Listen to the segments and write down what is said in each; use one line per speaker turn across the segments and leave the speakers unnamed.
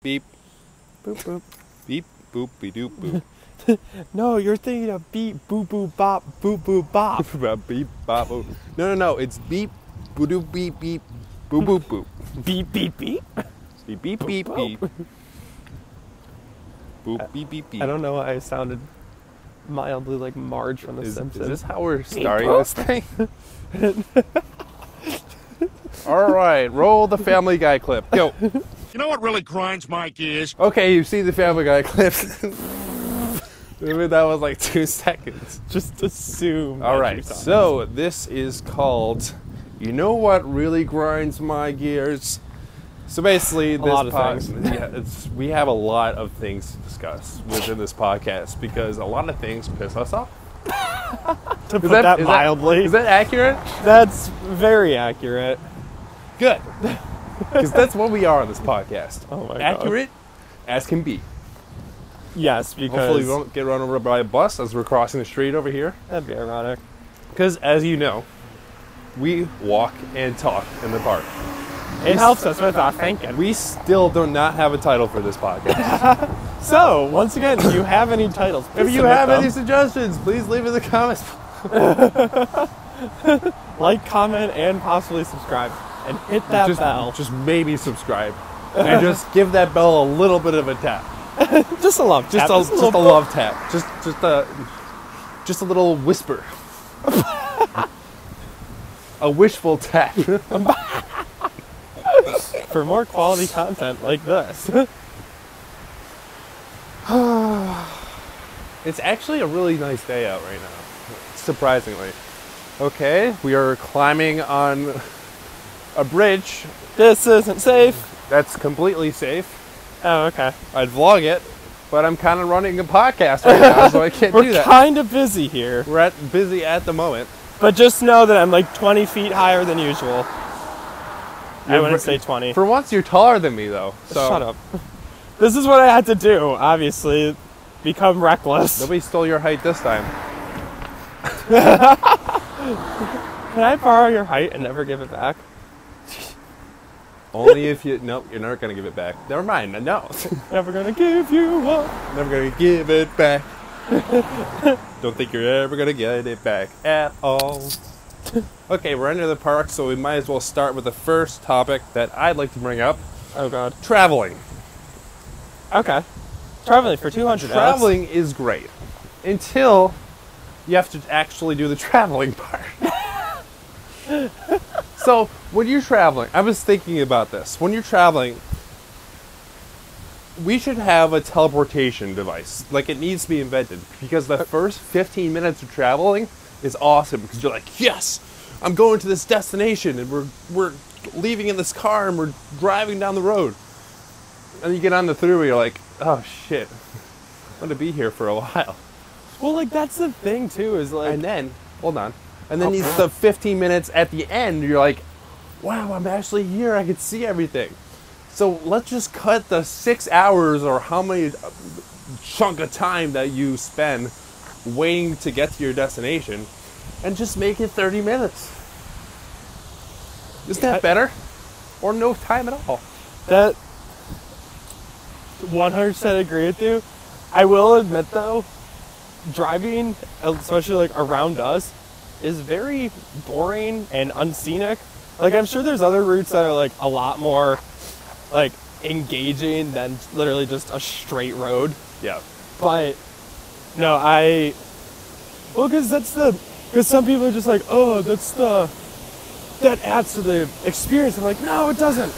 Beep,
Boop boop.
beep, boop, be doop, boop.
No, you're thinking of beep boop boop bop boop boop bop.
Ba- beep, bop, boop. No, no, no. It's beep, boo doop, beep, beep, boop, boop, boop.
beep beep beep.
Beep, beep, beep, beep. Boop, beep, beep, beep.
I don't know why I sounded mildly like Marge from The
Is, is
Simpsons.
this how we're starting this thing? All right, roll the Family Guy clip. Go.
You know what really grinds my gears?
Okay, you see the Family Guy clip. Maybe that was like two seconds.
Just assume.
All
that
right,
you thought-
so this is called. You know what really grinds my gears? So basically, this
lot of
pod-
things.
yeah, it's, we have a lot of things to discuss within this podcast because a lot of things piss us off.
to put
that-
that,
is that-
mildly,
Is that accurate?
that's very accurate.
Good, because that's what we are on this podcast.
Oh my God.
accurate as can be.
Yes, because
Hopefully, we won't get run over by a bus as we're crossing the street over here.
that'd be ironic.
Because, as you know, we walk and talk in the park.
It helps us with our thinking.
We still do not have a title for this podcast.
So, once again, do you have any titles?
if
please
you
submit
have any
them.
suggestions, please leave in the comments.
like, comment, and possibly subscribe, and hit that
just,
bell.
just maybe subscribe. and just give that bell a little bit of a tap.
Just a love.
Just a,
tap,
just a love tap. Just just a just a little whisper. a wishful tap.
for more quality content like this.
It's actually a really nice day out right now, surprisingly. Okay, we are climbing on a bridge
this isn't safe.
that's completely safe.
Oh, okay.
I'd vlog it, but I'm kind of running a podcast right now, so I can't do
We're
that.
kind of busy here,
We're at, busy at the moment.
but just know that I'm like 20 feet higher than usual. I
You're
wouldn't
ver-
say 20.
For once, you're taller than me, though. So
Shut up. This is what I had to do, obviously. Become reckless.
Nobody stole your height this time.
Can I borrow your height and never give it back?
Only if you. Nope, you're never gonna give it back. Never mind. No,
Never gonna give you up.
never gonna give it back. Don't think you're ever gonna get it back at all. Okay, we're under the park, so we might as well start with the first topic that I'd like to bring up:
Oh god.
traveling.
Okay. Traveling for 200 Alex.
traveling is great until you have to actually do the traveling part. so when you're traveling, I was thinking about this. When you're traveling, we should have a teleportation device. Like it needs to be invented because the first 15 minutes of traveling is awesome because you're like, yes, I'm going to this destination and we're we're leaving in this car and we're driving down the road. And you get on the throughway, you're like, oh shit, I'm gonna be here for a while.
Well, like, that's the thing, too, is like.
And then, hold on. And then these the 15 minutes at the end, you're like, wow, I'm actually here. I can see everything. So let's just cut the six hours or how many uh, chunk of time that you spend waiting to get to your destination and just make it 30 minutes. Is that better? Or no time at all?
That 100% agree with you. I will admit though, driving, especially like around us, is very boring and unscenic. Like I'm sure there's other routes that are like a lot more like engaging than literally just a straight road.
Yeah.
But no, I well, because that's the because some people are just like, oh, that's the that adds to the experience. I'm like, no, it doesn't.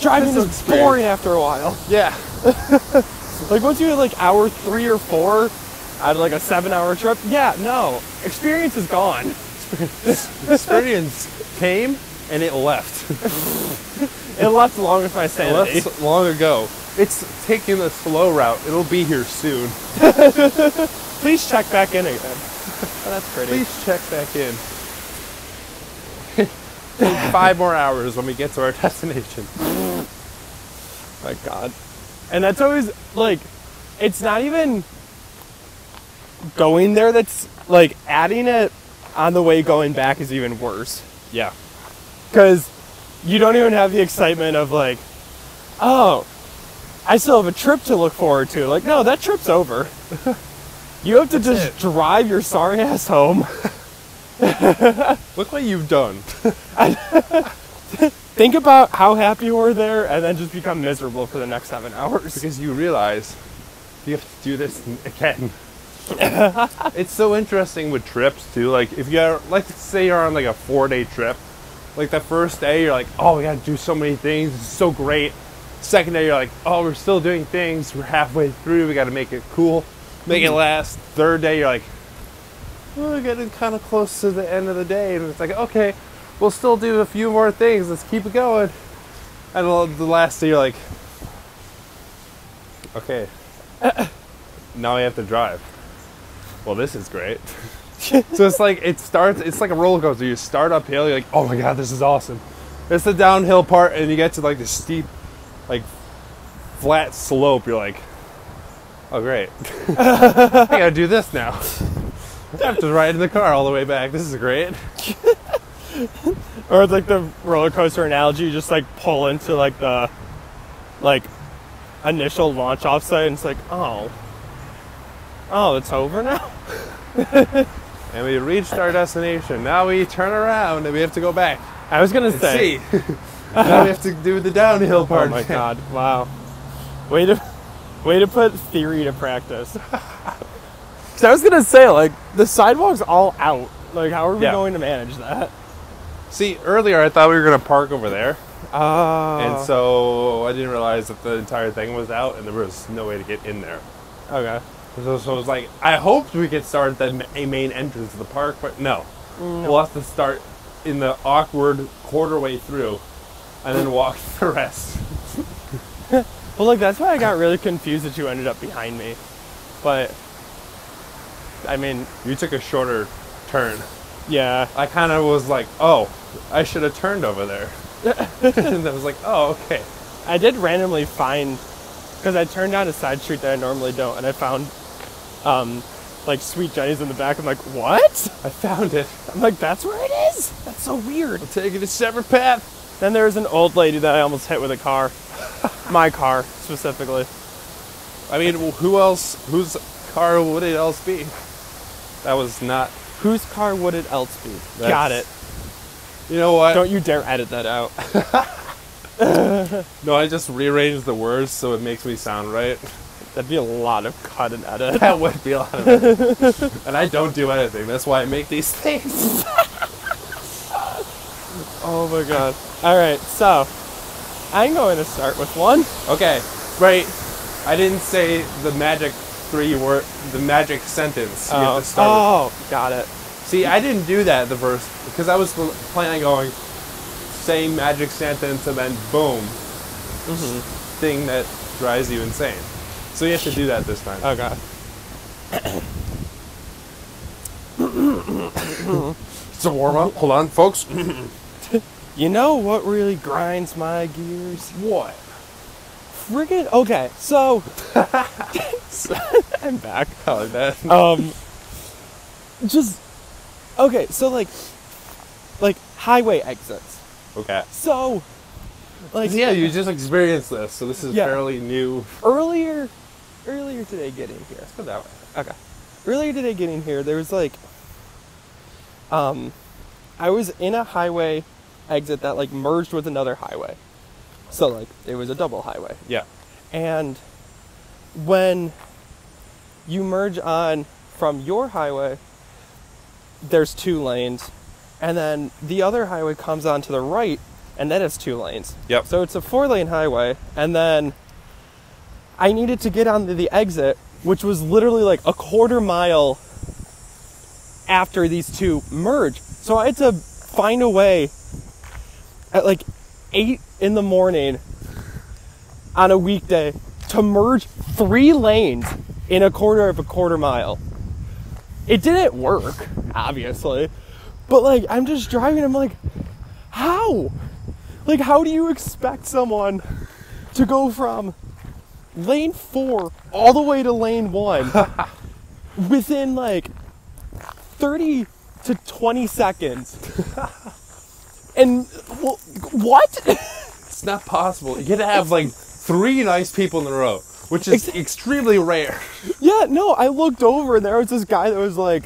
Driving
That's the
is boring after a while.
Yeah.
Like once you hit like hour three or four out of like a seven-hour trip, yeah, no, experience is gone.
Experience came and it left.
It left along with my sanity.
left long ago. It's taking the slow route. It'll be here soon.
Please check back in again. Oh, that's pretty.
Please check back in. In Five more hours when we get to our destination.
My God. And that's always like, it's not even going there that's like adding it on the way going back is even worse.
Yeah.
Because you don't even have the excitement of like, oh, I still have a trip to look forward to. Like, no, that trip's over. you have to just drive your sorry ass home.
Look what you've done.
Think about how happy you were there and then just become miserable for the next seven hours.
because you realize you have to do this n- again. it's so interesting with trips too. Like if you're like say you're on like a four day trip, like the first day you're like, oh we gotta do so many things, it's so great. Second day you're like, oh we're still doing things, we're halfway through, we gotta make it cool, make it last. Third day you're like, "Oh, we're getting kind of close to the end of the day, and it's like, okay, we'll still do a few more things, let's keep it going. And the last day you're like, Okay. now I have to drive. Well, this is great. so it's like it starts. It's like a roller coaster. You start uphill. You're like, oh my god, this is awesome. It's the downhill part, and you get to like the steep, like flat slope. You're like, oh great, I gotta do this now. I have to ride in the car all the way back. This is great.
Or it's like the roller coaster analogy, you just like pull into like the like initial launch off site and it's like, oh. Oh, it's over now?
And we reached our destination. Now we turn around and we have to go back.
I was gonna say
See, now we have to do the downhill part.
Oh my god! Wow, way to way to put theory to practice. so I was gonna say like the sidewalk's all out. Like how are we
Yeah.
going to manage that?
See, earlier I thought we were gonna park over there,
Uh,
and so I didn't realize that the entire thing was out, and there was no way to get in there.
okay,
So, so I was like, I hoped we could start at the ma- a main entrance of the park, but no, we'll have to start in the awkward quarter way through, and then walk the rest.
well like that's why I got really confused that you ended up behind me, but I mean
You took a shorter turn.
yeah,
I kind of was like, oh, I should have turned over there, and I was like, oh, okay.
I did randomly find because I turned down a side street that I normally don't, and I found um like Sweet Jenny's in the back. I'm like what?
I found it.
I'm like that's where it is. That's so weird.
Taking a separate path.
Then there was an old lady that I almost hit with a car. My car, specifically.
I mean, well, who else? Whose car would it else be? That was not.
Whose car would it else be?
That's-
Got it.
You know what?
Don't you dare edit that out.
no, I just rearranged the words so it makes me sound right.
That'd be a lot of cut and edit.
That would be a lot of editing. and I don't do anything. That's why I make these things.
Oh my god. Alright, so I'm going to start with one.
Okay, right. I didn't say the magic three word, the magic sentence. You have
Oh,
to start with.
oh, got it.
See, I didn't do that the first because I was pl- planning on saying magic sentence and then boom, Mm-hmm. thing that drives you insane. So you have to do that this time.
Okay.
It's a warm up. Hold on, folks.
You know what really grinds my gears?
what?
Friggin' okay, so I'm back.
Oh, that.
um just okay so like like highway exits
Okay.
so like
Yeah, you just experienced this, so this is
Yeah.
fairly new.
earlier earlier today getting here
Put that way.
okay earlier today getting here there was like um i was in a highway exit that like merged with another highway so like it was a double highway
Yeah.
And when you merge on from your highway, there's two lanes. And then the other highway comes on to the right, and that has two lanes.
Yep.
So it's a four lane highway. And then I needed to get onto the exit, which was literally like a quarter mile after these two merge. So I had to find a way at like 8 in the morning on a weekday to merge three lanes in a quarter of a quarter mile. It didn't work, obviously. But like I'm just driving, I'm like, how? Like how do you expect someone to go from lane four all the way to lane one within like 30 to 20 seconds? and wh- what?
It's not possible. You gotta have like three nice people in a row, which is extremely rare.
Yeah, no, I looked over and there was this guy that was like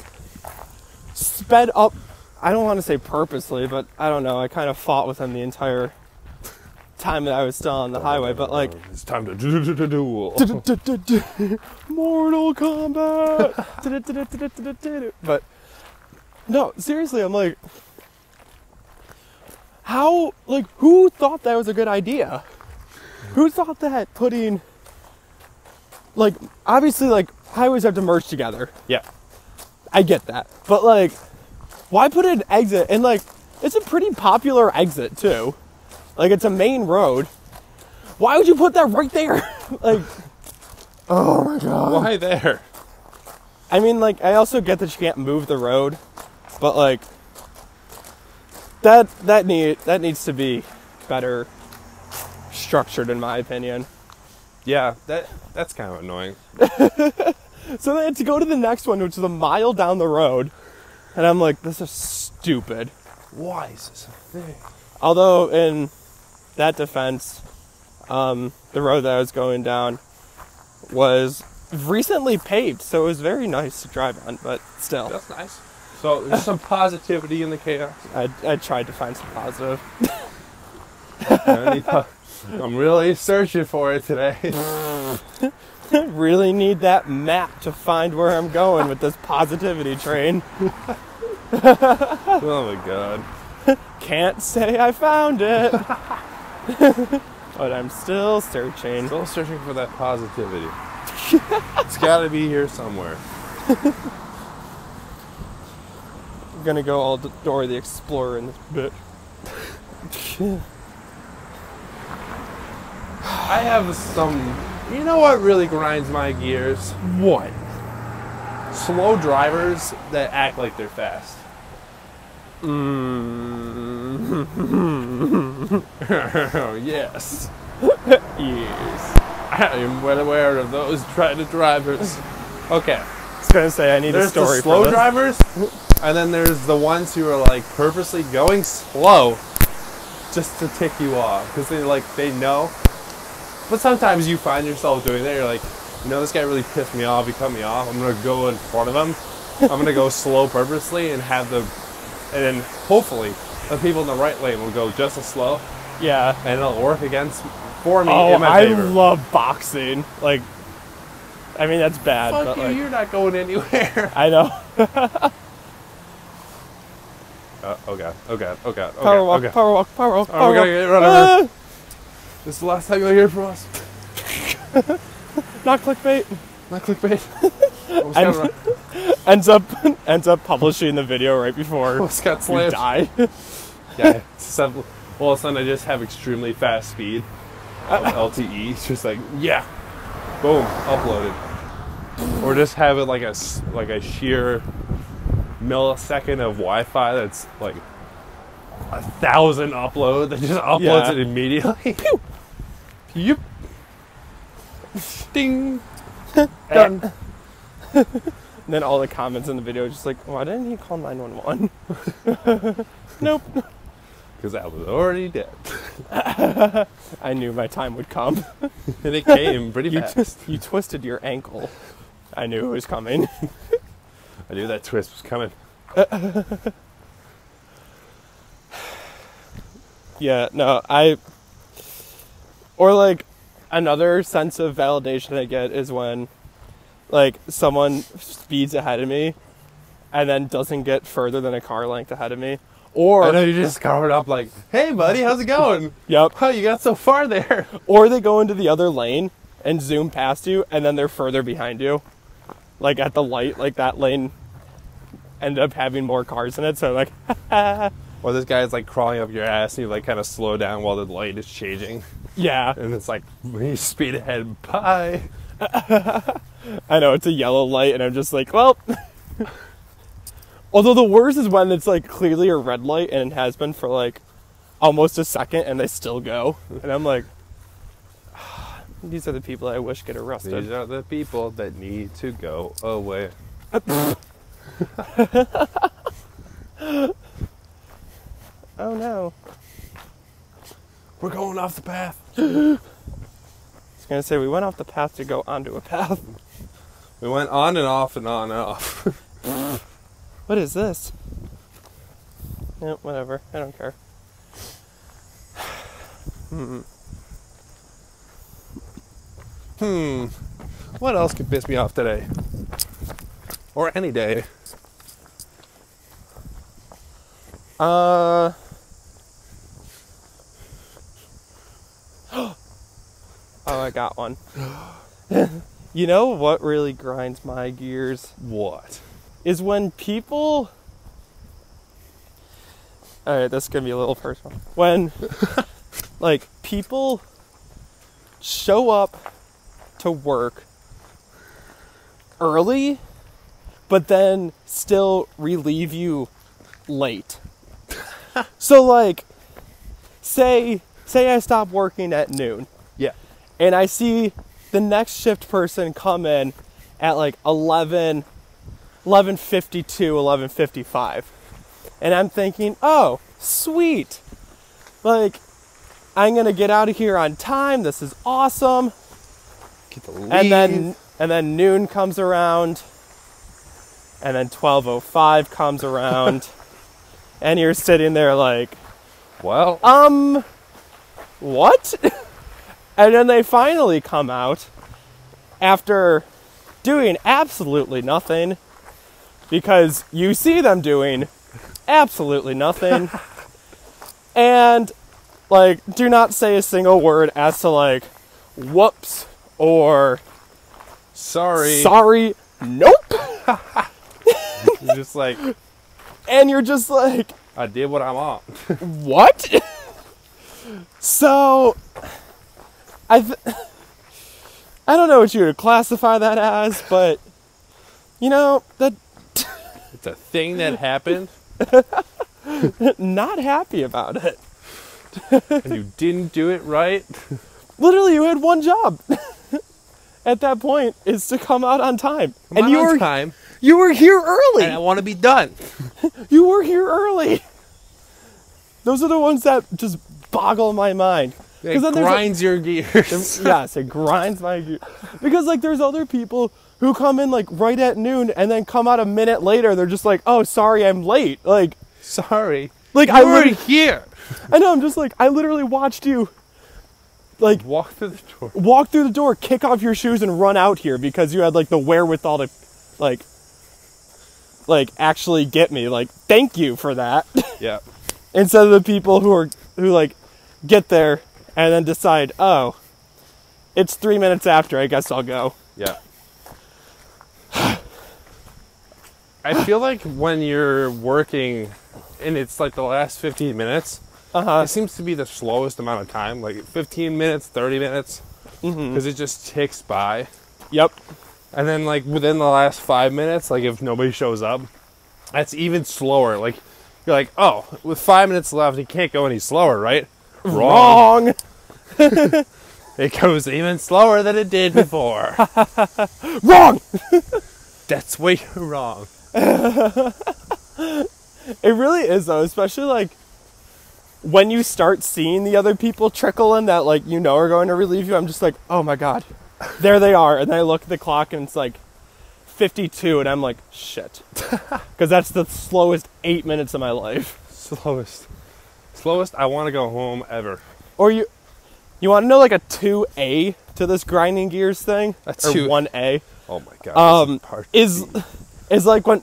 sped up. I don't want to say purposely, but I don't know. I kind of fought with him the entire time that I was still on the highway, but like
It's time to do do do duel.
Mortal Kombat. but no, seriously, I'm like, how? Like, who thought that was a good idea? Who thought that putting, like, obviously, like highways have to merge together.
Yeah.
I get that, but like, why put an exit? And like, it's a pretty popular exit too. Like, it's a main road. Why would you put that right there? like.
Why there?
I mean, like, I also get that you can't move the road, but like, that that need that needs to be better structured, in my opinion.
Yeah, that that's kind of annoying.
So they had to go to the next one, which is a mile down the road, and I'm like, this is stupid.
Why is this a thing?
Although, in that defense, um, the road that I was going down was recently paved, so it was very nice to drive on, but still.
That's nice. So there's some positivity in the chaos.
I, I tried to find some positive.
I need po- I'm really searching for it today.
really need that map to find where I'm going with this positivity train.
oh my god.
Can't say I found it. but I'm still searching.
Still searching for that positivity. it's gotta be here somewhere.
I'm gonna go all Dora the Explorer in this bit.
I have some. You know what really grinds my gears? What? Slow drivers that act like they're fast. Mmm. Mm. yes.
yes.
I am well aware of those trying to drivers. Okay.
I was gonna say I need a
There's
story
the slow
for this.
drivers, and then there's the ones who are like purposely going slow just to tick you off because they like they know. But sometimes you find yourself doing that. You're like, you know, this guy really pissed me off. He cut me off. I'm gonna go in front of him. I'm gonna go slow purposely and have the, and then hopefully the people in the right lane will go just as slow,
Yeah.
and it'll work against for me
Oh,
in my
I
favor.
love boxing. Like, I mean that's bad,
Fuck
but
you!
like,
you're not going anywhere.
I know.
Uh, oh god! Oh god! Oh god! Oh
Power
god!
walk,
oh god.
power walk, power walk,
All right,
power
we're
walk.
gonna get run over. Ah! This is the last time you'll hear from us.
Ah, not clickbait.
Not clickbait. almost,
And-
got, run-
Ends up ends up publishing the video right before
almost got
we
slammed.
die.
Yeah. Sudden, all of a sudden, I just have extremely fast speed. of LTE. It's just like yeah, boom, uploaded. Or just have it like a s- like a sheer millisecond of Wi-Fi that's like a thousand upload that just uploads
Yeah.
it immediately. Pew. Yep. Ding. Done.
And then all the comments in the video are just like, why didn't he call 911? nope.
Because I was already dead.
I knew my time would come.
and it came pretty
You,
fast.
twist, you twisted your ankle. I knew it was coming.
I knew that twist was coming.
yeah, no, I. Or like another sense of validation I get is when like someone speeds ahead of me and then doesn't get further than a car length ahead of
I
me.
know
Or,
you just covered up like, "Hey, buddy, how's it going?
yep.
Wow, you got so far there."
or they go into the other lane and zoom past you and then they're further behind you like at the light like that lane ended up having more cars in it so like
Or this guy's like crawling up your ass, and you like kind of slow down while the light is changing,
yeah
and it's like you speed ahead. Bye.
i know it's a yellow light and i'm just like well although the worst is when it's like clearly a red light and it has been for like almost a second and they still go and i'm like these are the people i wish get
These
arrested
are the people that need to go away.
oh no Oh,
We're going off the path.
was gonna say we went off the path to go onto a path.
We went on and off and on and off.
What is this? No, Eh, whatever. I don't care.
hmm. What else could piss me off today? Or any day?
Uh. oh, I got one. you know what really grinds my gears?
What?
is when people. All right, that's gonna be a little personal. When, like, people show up to work early, but then still relieve you late. so, like, say say I stop working at noon
Yeah.
and I see the next shift person come in at like 11 11:52 11:55 and I'm thinking oh sweet like I'm going to get out of here on time this is awesome
Get the lead.
and then and then noon comes around and then 12:05 comes around and you're sitting there like
well,
um, what? and then they finally come out after doing absolutely nothing because you see them doing absolutely nothing and like do not say a single word as to like whoops or
sorry.
sorry nope
You're just like
and you're just like
I did what I'm on.
what? so, I, th- I don't know what you would classify that as, but you know that
it's a thing that happened,
not happy about it.
and you didn't do it right.
Literally, you had one job at that point is to come out on time,
I'm
and you
on
were
time,
you were here
and I
early.
want to be done.
You were here early. Those are the ones that just boggle my mind. 'Cause
It
then there's a-
grinds your gears.
yes, it grinds my gear. Because like there's other people who come in like right at noon and then come out a minute later. They're just like, oh, sorry, I'm late. Like,
sorry.
like I
You were
literally,
here.
I know. I'm just like, I literally watched you, like
Walk through the door.
walk through the door, kick off your shoes, and run out here because you had like the wherewithal to, like, like actually get me. Like, thank you for that.
Yeah.
instead of the people who are who like get there and then decide, oh, it's three minutes after. I guess I'll go.
Yeah. I feel like when you're working and it's like the last 15 minutes,
Uh-huh.
it seems to be the slowest amount of time, like 15 minutes, 30 minutes, because it just ticks by.
Yep.
And then, like, within the last five minutes, like, if nobody shows up, that's even slower. Like, you're like, oh, with five minutes left, it can't go any slower, right? Wrong.
Wrong.
It goes even slower than it did before.
Wrong.
that's way wrong.
It really is though, especially like when you start seeing the other people trickle in that like you know are going to relieve you. I'm just like, oh my god, there they are. And then I look at the clock and it's like 52, and I'm like, shit, because that's the slowest eight minutes of my life.
Slowest. Slowest I want to go home ever.
Or you, you want to know like a two A to this grinding gears thing,
A
or
2A.
one A.
Oh my god.
Um,
part
is is like when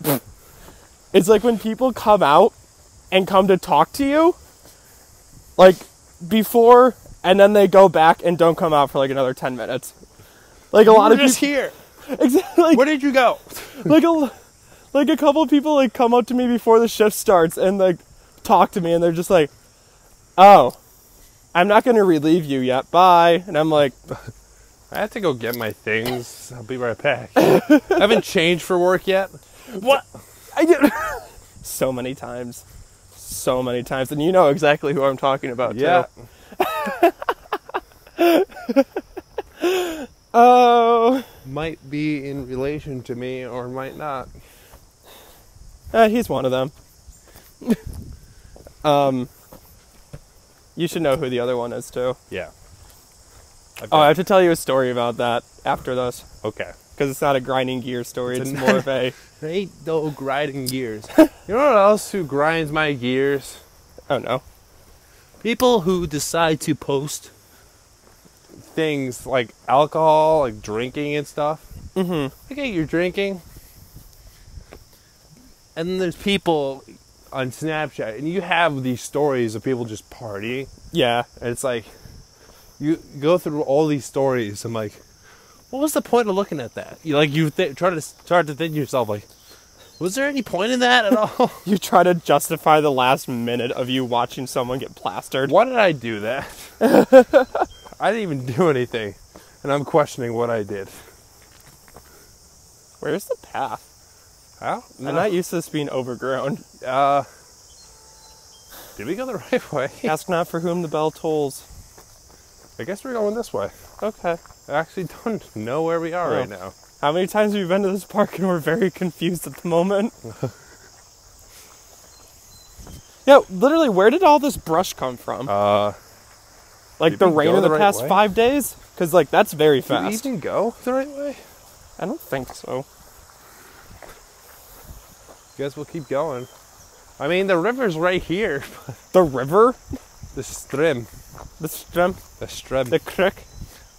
it's like when people come out and come to talk to you, like before, and then they go back and don't come out for like another ten minutes. Like a lot of people,
here.
exactly. Like,
Where did you go?
like a like a couple people like come up to me before the shift starts and like talk to me and they're just like oh i'm not going to relieve you yet bye and i'm like
I have to go get my things. I'll be right back. I haven't changed for work yet.
what i did so many times so many times and you know exactly who i'm talking about
Yeah.
too. oh
Might be in relation to me or might not.
eh, he's one of them um you should know who the other one is too
Yeah. I've
Oh, I
got-
have to tell you a story about that after this
okay.
because it's not a grinding gear story. It's,
It's a-
more of a
They ain't no grinding gears. you know what else who grinds my gears?
oh no.
People who decide to post things like alcohol, like drinking and stuff. Mm-hmm. Okay, you're drinking. And then there's people on Snapchat, and you have these stories of people just partying.
Yeah,
And it's like, you go through all these stories. I'm like, what was the point of looking at that? You like you th- try to start to think to yourself like, was there any point in that at all?
you try to justify the last minute of you watching someone get plastered.
Why did I do that? I didn't even do anything, and I'm questioning what I did.
Where's the path?
How?
I'm not used to this being overgrown.
Uh, did we go the right way?
Ask not for whom the bell tolls.
I guess we're going this way.
Okay.
I actually don't know where we are
Oh.
right now.
How many times have we been to this park and we're very confused at the moment? yeah, literally, where did all this brush come from?
Uh,
like
did
the
we
rain
go
of the,
the right
past
way?
five days? Because, like, that's very
did we
fast.
even go the right way?
I don't think so.
Guess we'll keep going. I mean, the river's right here.
The river?
the stream,
The stream?
the stream,
The
the,
creek?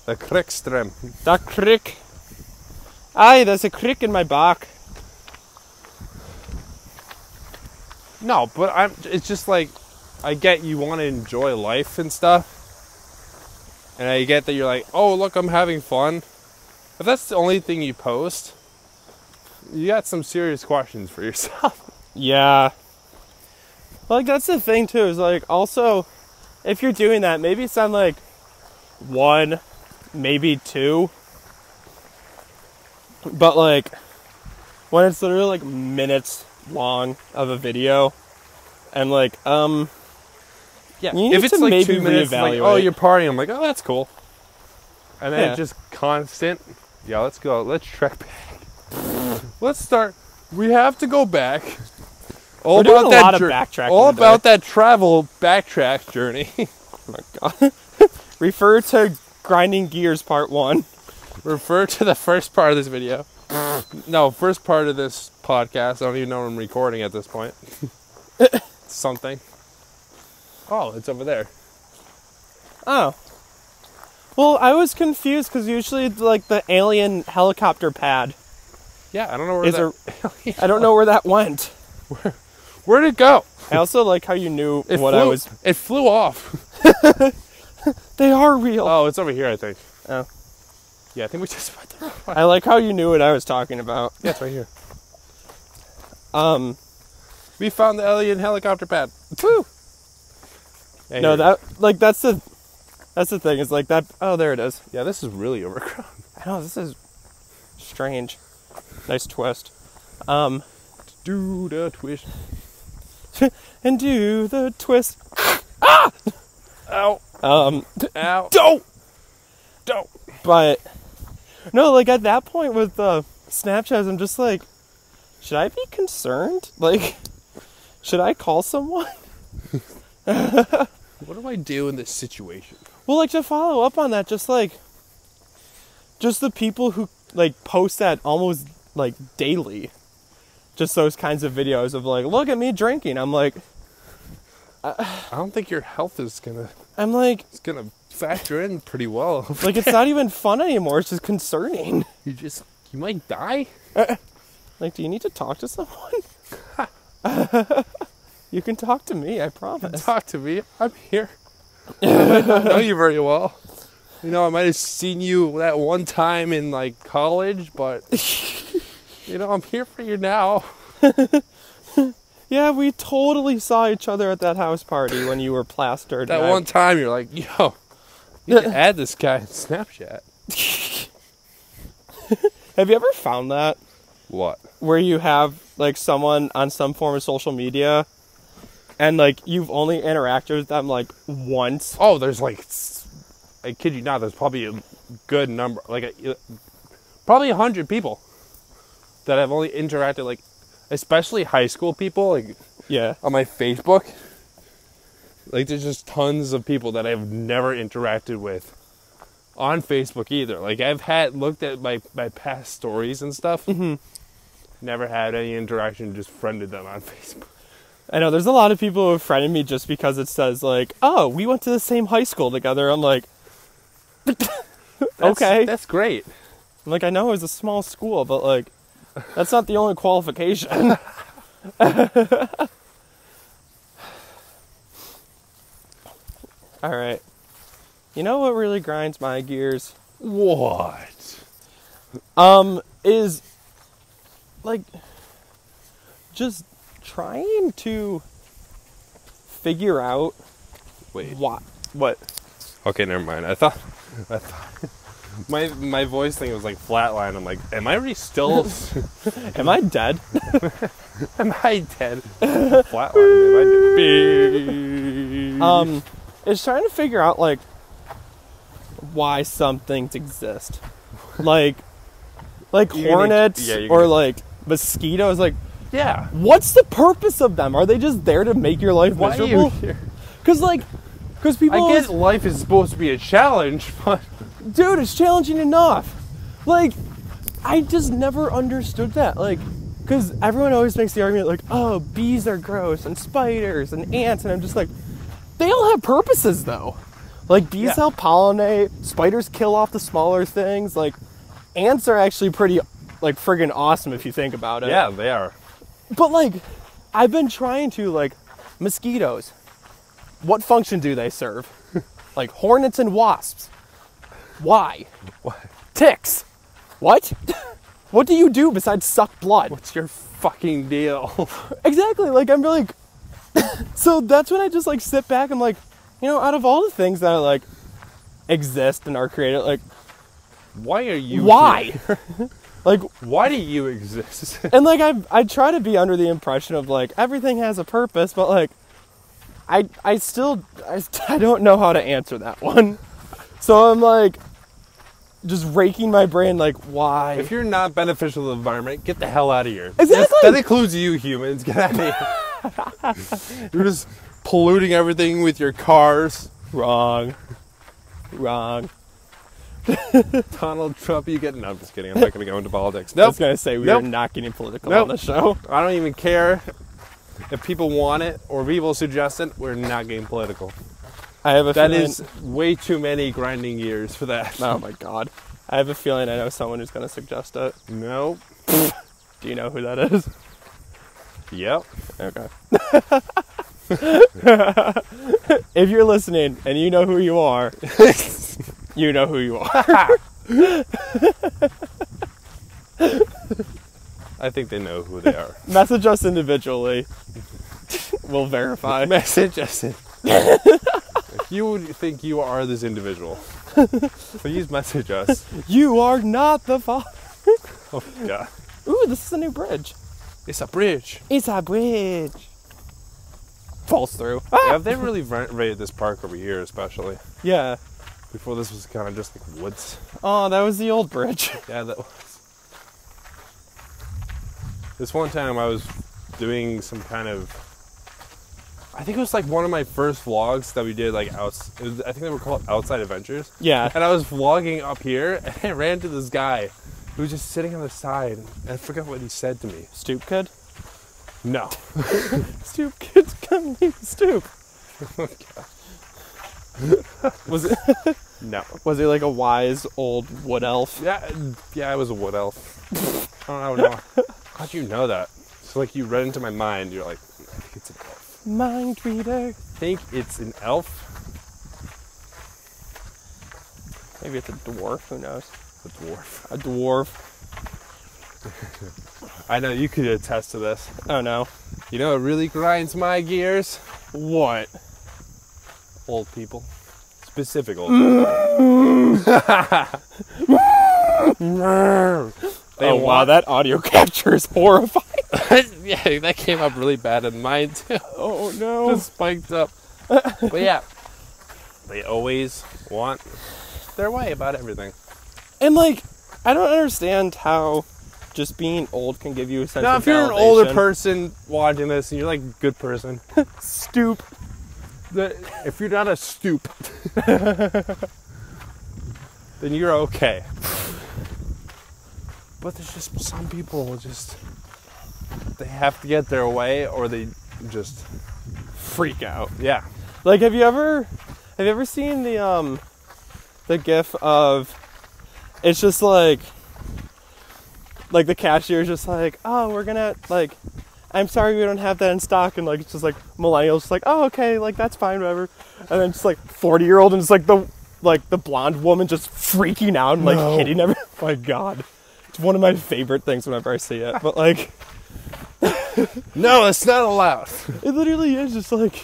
the creek stream.
The creek? Aye, there's a creek in my back.
No, but I'm. It's just like, I get you want to enjoy life and stuff, and I get that you're like, oh look, I'm having fun. If that's the only thing you post, you got some serious questions for yourself.
Yeah. Like that's the thing too, is like also if you're doing that, maybe it's on like one, maybe two. But like when it's literally like minutes long of a video and like um
Yeah.
You need
if it's
to
like
maybe
two minutes, it's like, oh,
reevaluate.
you're partying. I'm like, oh, that's cool. And then
Yeah.
it's just constant. Yeah, let's go. Let's trek back. let's start. We have to go back. All
We're doing a lot of
jour-
backtracking
All
today.
about that travel backtrack journey.
oh my god. Refer to grinding gears part one.
Refer to the first part of this video. no, first part of this podcast. I don't even know I'm recording at this point. Something. Oh, it's over there.
Oh. Well, I was confused because usually like the alien helicopter pad.
Yeah, I don't know where
Is
that-
I don't know where that went.
Where'd it go?
I also like how you knew
It
what
flew,
I was.
It flew off.
They are real.
Oh, it's over here, I think.
Oh.
Yeah, I think we just went the wrong way.
I like how you knew what I was talking about.
Yeah, it's right here.
Um,
We found the alien helicopter pad. Woo! Yeah,
no,
here.
that like that's the that's the thing. Is like that. Oh, there it is.
Yeah, this is really overgrown.
I know this is strange. Nice twist. Um,
Do the twist.
and do the twist.
Ow.
Um,
Ow.
don't.
Don't.
But no, like at that point with uh, Snapchats, I'm just like, should I be concerned? Like, should I call someone?
What do I do in this situation?
Well, like to follow up on that, just like, just the people who like post that almost like daily, just those kinds of videos of like, look at me drinking. I'm like,
I don't think your health is gonna
I'm like,
it's gonna factor in pretty well.
like it's not even fun anymore. It's just concerning.
You just you might die.
Like, do you need to talk to someone? you can talk to me. I promise.
Talk to me. I'm here. I don't know you very well. You know, I might have seen you that one time in like college, but you know, I'm here for you now.
Yeah, we totally saw each other at that house party when you were plastered.
That
and I-
one time you're like, yo, you can add this guy in Snapchat.
Have you ever found that?
What?
where you have like someone on some form of social media and like you've only interacted with them like once
Oh, there's like, s- I kid you not, there's probably a good number, like a, probably a hundred people that I've only interacted, like, especially high school people, like
yeah
on my Facebook. Like, there's just tons of people that I've never interacted with on Facebook either. Like I've had looked at my my past stories and stuff. Never had any interaction. Just friended them on Facebook.
I know there's a lot of people who have friended me just because it says like, "Oh, we went to the same high school together." I'm like,
That's-
okay,
that's great.
I'm like I know it was a small school, but like, that's not the only qualification. All right, you know what really grinds my gears
What?
um is like just trying to figure out
Wait.
why.
What? Okay, never mind. I thought, I thought my my voice thing was like flatline. I'm like, am I really still?
Am I dead?
am I dead? flatline. Am I dead?
um, is trying to figure out like why some things exist, like like
You're gonna-
hornets
yeah, you're
or
gonna-
like mosquitoes. Like,
yeah.
what's the purpose of them? Are they just there to make your life
Why are you
miserable?
here?
Because like, because people,
I
always-
guess life is supposed to be a challenge, but
dude, it's challenging enough. Like, I just never understood that. Like, because everyone always makes the argument like, oh, bees are gross and spiders and ants, and I'm just like, they all have purposes though. Like bees
Yeah.
help pollinate, spiders kill off the smaller things. Like, ants are actually pretty like friggin' awesome if you think about it.
yeah, they are.
But like, I've been trying to like mosquitoes. What function do they serve? like hornets and wasps. Why?
What?
Ticks. What? what do you do besides suck blood?
What's your fucking deal?
Exactly. Like I'm really. so that's when I just like sit back. I'm like, you know, out of all the things that like exist and are created, like
Why are you?
why?
here?
like
Why do you exist?
and like I I try to be under the impression of like everything has a purpose, but like I I still I, I don't know how to answer that one. So I'm like just raking my brain like why?
if you're not beneficial to the environment, get the hell out of here.
Exactly.
That includes you humans. Get out of here. you're just polluting everything with your cars.
wrong. Wrong.
Donald Trump, you get no, I'm just kidding. I'm not gonna go into politics.
I
Nope.
was gonna say we
Nope.
are not getting political
Nope.
on the show.
I don't even care if people want it or people suggest it. We're not getting political.
I have a
That
feeling,
is way too many grinding years for that.
Oh my god. I have a feeling I know someone who's gonna suggest it.
Nope.
Do you know who that is?
Yep.
Okay. if you're listening and you know who you are, you know who you are.
I think they know who they are.
Message us individually. We'll verify.
Message us. in- if you think you are this individual, please message us.
You are not the father.
Oh, God.
Ooh, this is a new bridge.
It's a bridge.
It's a bridge. Falls through.
Yeah, they really renovated this park over here, especially.
Yeah.
Before this was kind of just like woods.
Oh, that was the old bridge.
Yeah, that was. This one time I was doing some kind of. I think it was like one of my first vlogs that we did, like outs. It was, I think they were called Outside Adventures.
Yeah.
And I was vlogging up here, and I ran into this guy who was just sitting on the side, and I forgot what he said to me.
Stoop kid.
No.
Stoop kids come to stoop. Oh was it
No.
was he like a wise old wood elf?
Yeah, yeah, I was a wood elf. I don't know. How'd you know that? So like you read into my mind. You're like, I think it's an elf.
Mind reader.
Think it's an elf.
Maybe it's a dwarf. Who knows?
The dwarf.
A dwarf.
I know you could attest to this.
Oh no.
You know, it really grinds my gears.
What?
Old people, specific old. people. they
oh wow,
want-
that audio capture is horrifying.
yeah, that came up really bad in mine too.
oh no.
Just spiked up. But yeah, they always want their way about everything.
and like, I don't understand how just being old can give you a sense
Now,
of
if you're an older
validation.
person watching this and you're like a good person,
stoop.
the, if you're not a stoop, then you're okay. But there's just some people who just they have to get their way or they just
Freak out.
yeah.
Like, have you ever, have you ever seen the um, the gif of, it's just like, like the cashier's just like, oh, we're gonna like, I'm sorry we don't have that in stock, and like it's just like millennials just like, oh, okay, like that's fine, whatever, and then just like forty year old and it's like the like the blonde woman just freaking out and like
No.
hitting every. my God, it's one of my favorite things whenever I see it. But like,
No, it's not allowed.
it literally is just like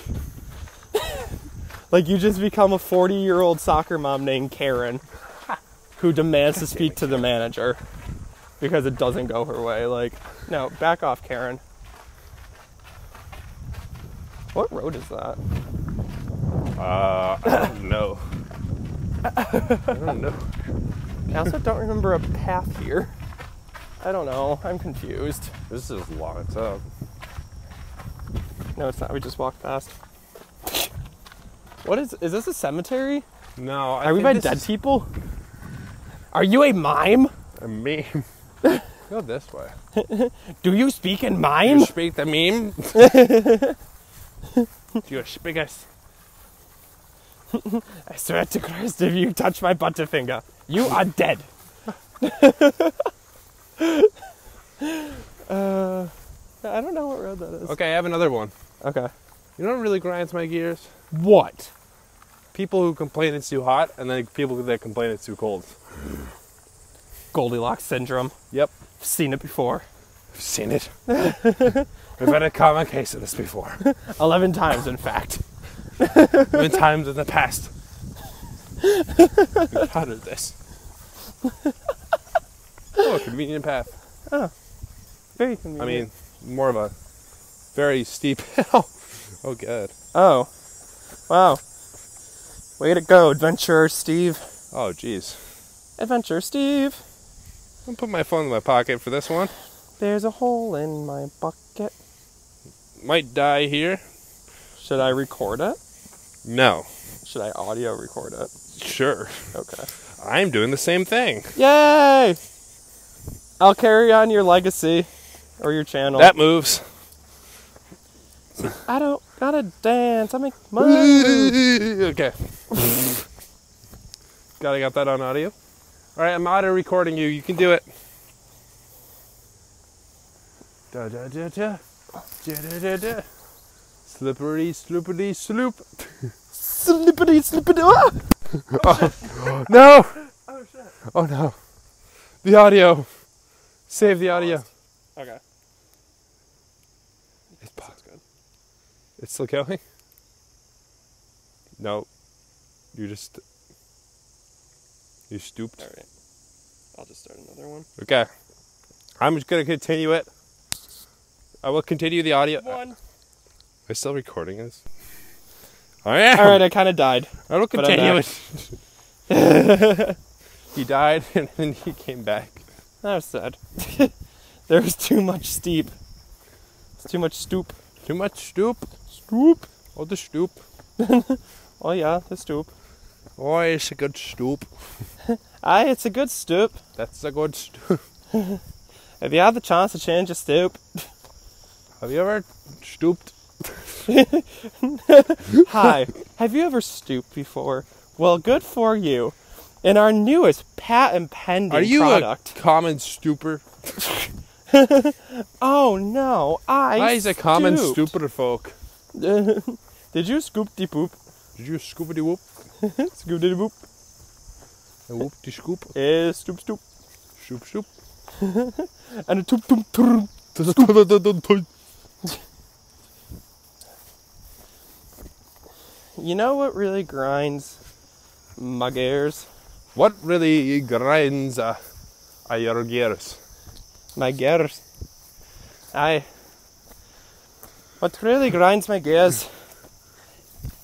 like you just become a 40 year old soccer mom named karen who demands to speak to the manager because it doesn't go her way like no back off karen what road is that
Uh, I don't know. I don't know.
i also don't remember a path here i don't know i'm confused
This is locked up.
no it's not we just walked past what is is this a cemetery
No, I
are we
think
by
this
dead
is
people are you a mime
a meme. Go this way.
Do you speak in
You
mime?
speak the meme? Do you speak us?
I swear to Christ, if you touch my butterfinger, you are dead. uh, I don't know what road that is.
Okay, I have another one.
Okay.
You know what really grinds my gears?
What?
People who complain it's too hot, and then people that complain it's too cold.
Goldilocks syndrome.
Yep,
Seen it before.
I've seen it. I've had a common case of this before,
11 times, in fact.
many times in the past. We've encountered this. Oh, a convenient path.
Very
I mean,
convenient.
more of a very steep hill. Oh, God.
oh. Wow. Way to go, Adventurer Steve.
Oh, jeez.
Adventurer Steve.
I'm put my phone in my pocket for this one.
There's a hole in my bucket.
Might die here.
Should I record it?
No.
Should I audio record it?
Sure.
Okay.
I'm doing the same thing.
Yay! I'll carry on your legacy or your channel.
That moves.
I don't gotta dance. I make money.
okay. Got I got that on audio. All right, I'm auto recording you. You can do it. Da da da da da da da da. Slippery, slippery, sloop.
slippity slippity. Ah!
No. Oh no. The audio. Save the audio.
Okay.
It's good. It's still going. No. You just. You stooped.
All right. I'll just start another one.
Okay. I'm just gonna continue it. I will continue the audio.
One.
Am I still recording this? I am.
All right. I kind of died.
I will
but I'm
continue
back.
it. he died and then he came back.
That was sad. there was too much steep. It's too much stoop.
Too much stoop.
Stoop.
Oh, the stoop.
Oh yeah, the stoop.
Oh, it's a good stoop.
Aye, it's a good stoop.
That's a good stoop.
If you have the chance to change your stoop,
Have you ever stooped?
Hi, have you ever stooped before? Well, good for you. In our newest patent pending
Are you
product.
a common stooper?
Oh no, I.
I is a common
stooped.
stupid folk.
Did you scoop de poop?
Did you scoopity whoop?
Scoop de poop.
And whoop de scoop?
Eh, stoop stoop.
Stoop stoop.
And a toop toop toop. You know what really grinds my gears?
What really grinds uh, are your gears?
My gears. I. What really grinds my gears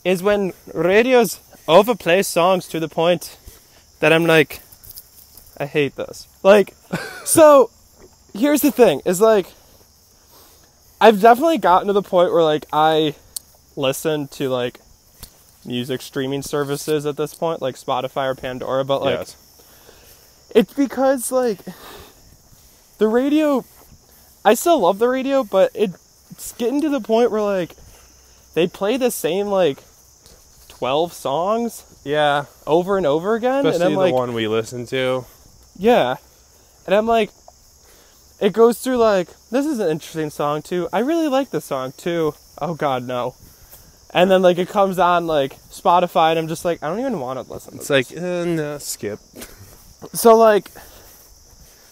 is when radios overplay songs to the point that I'm like, I hate this. Like, so here's the thing is like, I've definitely gotten to the point where like I listen to like music streaming services at this point, like Spotify or Pandora, but like,
yes.
It's because like the radio I still love the radio, but it's getting to the point where like they play the same like 12 songs
Yeah,
over and over again
especially
and I'm
the
like
one we listened to.
yeah. And I'm like it goes through like this is an interesting song too. I really like this song too. Oh god, no. And then like it comes on like Spotify and I'm just like I don't even want to listen.
It's like, uh, no, skip.
So like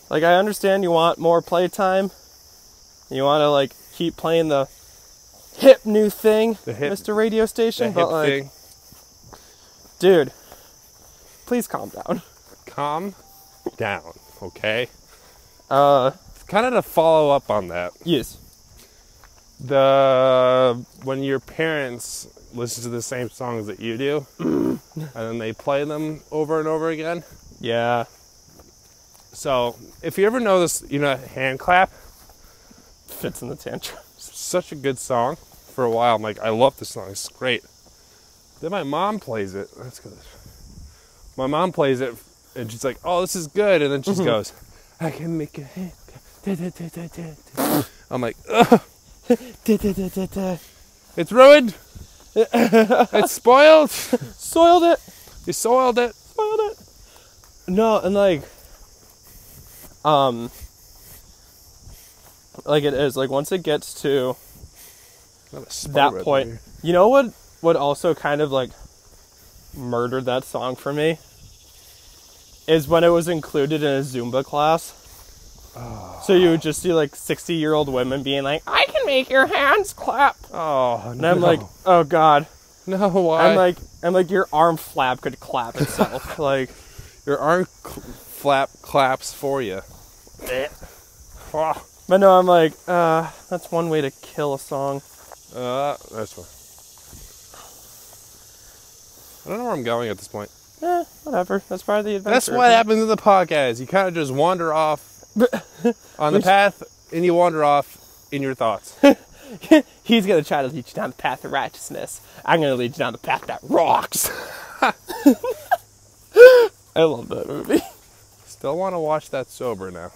like I understand you want more playtime. You want to like keep playing the hip new thing,
The hip-
Mr. Radio
The
Station,
hip
but like
thing.
dude, please calm down.
Calm down, okay?
Uh
Kind of to follow up on that.
yes.
the when your parents listen to the same songs that you do and then they play them over and over again
Yeah.
so if you ever know this you know hand clap
Fits in the tantrum.
such a good song for a while i'm like i love this song it's great then my mom plays it that's good my mom plays it and she's like oh this is good and then
Mm-hmm.
she just goes i can make a hand clap." i'm like Ugh, it's ruined it's spoiled
Soiled it.
you soiled it
Soiled it. No, and like um like it is like once it gets to
Not a spot
that
right
point.
there.
You know what what also kind of like murdered that song for me is when it was included in a Zumba class. So you would just see like 60 year old women being like, I can make your hands clap.
Oh,
And I'm like, oh God.
no, why?
I'm like, I'm like, your arm flap could clap itself. like,
your arm cl- flap claps for you.
but no, I'm like, uh, that's one way to kill a song.
Uh, that's fine. I don't know where I'm going at this point.
Eh, whatever. That's part of the adventure.
That's what happens in the podcast. You kind of just wander off on the path, and you wander off in your thoughts.
He's gonna try to lead you down the path of righteousness. I'm gonna lead you down the path that rocks. I love that movie.
Still want to watch that sober now.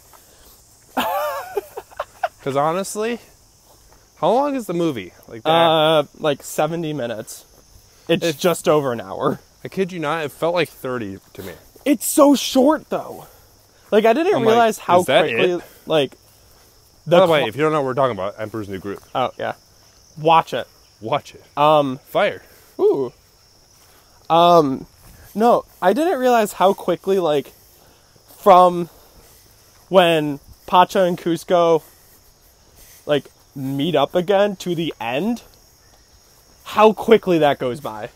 Because honestly, how long is the movie? Like that?
Uh, like 70 minutes. It's just over an hour.
I kid you not. It felt like 30 to me.
It's so short though. Like I didn't
I'm like,
realize how
is that
quickly
it?
like the
By the way,
cl-
if you don't know what we're talking about, Emperor's New Groove.
oh yeah, watch it.
Watch it.
Um,
Fire.
Ooh. Um, no, I didn't realize how quickly, like, from when Pacha and Cusco, like, meet up again to the end, how quickly that goes by.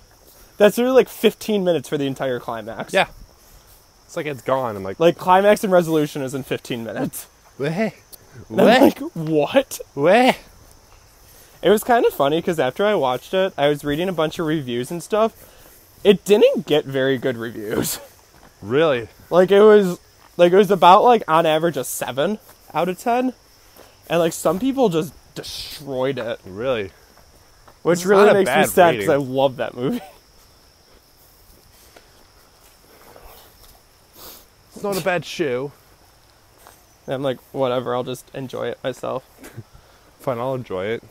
That's really like 15 minutes for the entire climax.
Yeah. It's like it's gone. I'm like,
Like, climax and resolution is in 15 minutes.
weh,
And I'm
weh,
like, what?
weh.
It was kind of funny because after I watched it, I was reading a bunch of reviews and stuff. It didn't get very good reviews.
Really?
like it was like it was about like on average a 7 out of 10 and like some people just destroyed it
Really?
which
It's
really
not a
makes me
bad
sad because i
rating.
love that movie
It's not a bad shoe.
and i'm like whatever i'll just enjoy it myself
Fine, I'll enjoy it.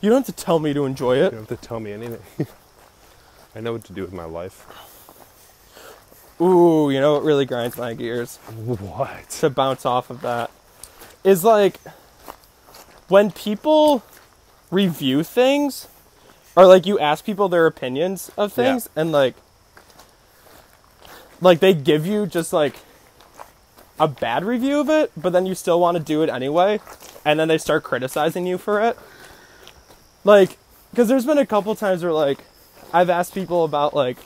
you don't have to tell me to enjoy
You
it
don't have to tell me anything. I know what to do with my life.
ooh you know what really grinds my gears
What?
to bounce off of that is like when people review things or like you ask people their opinions of
Yeah.
things and like like they give you just like a bad review of it but then you still want to do it anyway and then they start criticizing you for it like because there's been a couple times where like i've asked people about like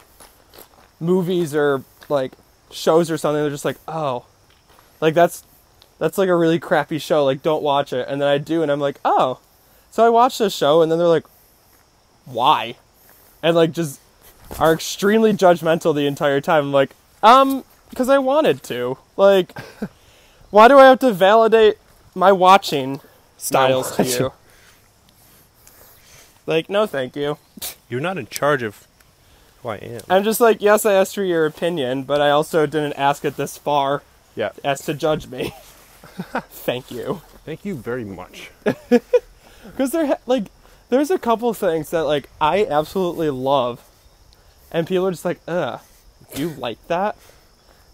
movies or like shows or something they're just like oh like that's that's like a really crappy show like don't watch it and then i do and i'm like oh so i watched this show and then they're like why and like just are extremely judgmental the entire time i'm like um because i wanted to like why do i have to validate my watching styles to
watching.
you like no thank you
You're not in charge of Well, I am.
I'm just like, yes, I asked for your opinion, but I also didn't ask it this far
Yeah.
as to judge me. Thank you.
Thank you very much.
because there ha- like there's a couple things that like I absolutely love, and people are just like, "Ugh, you like that?"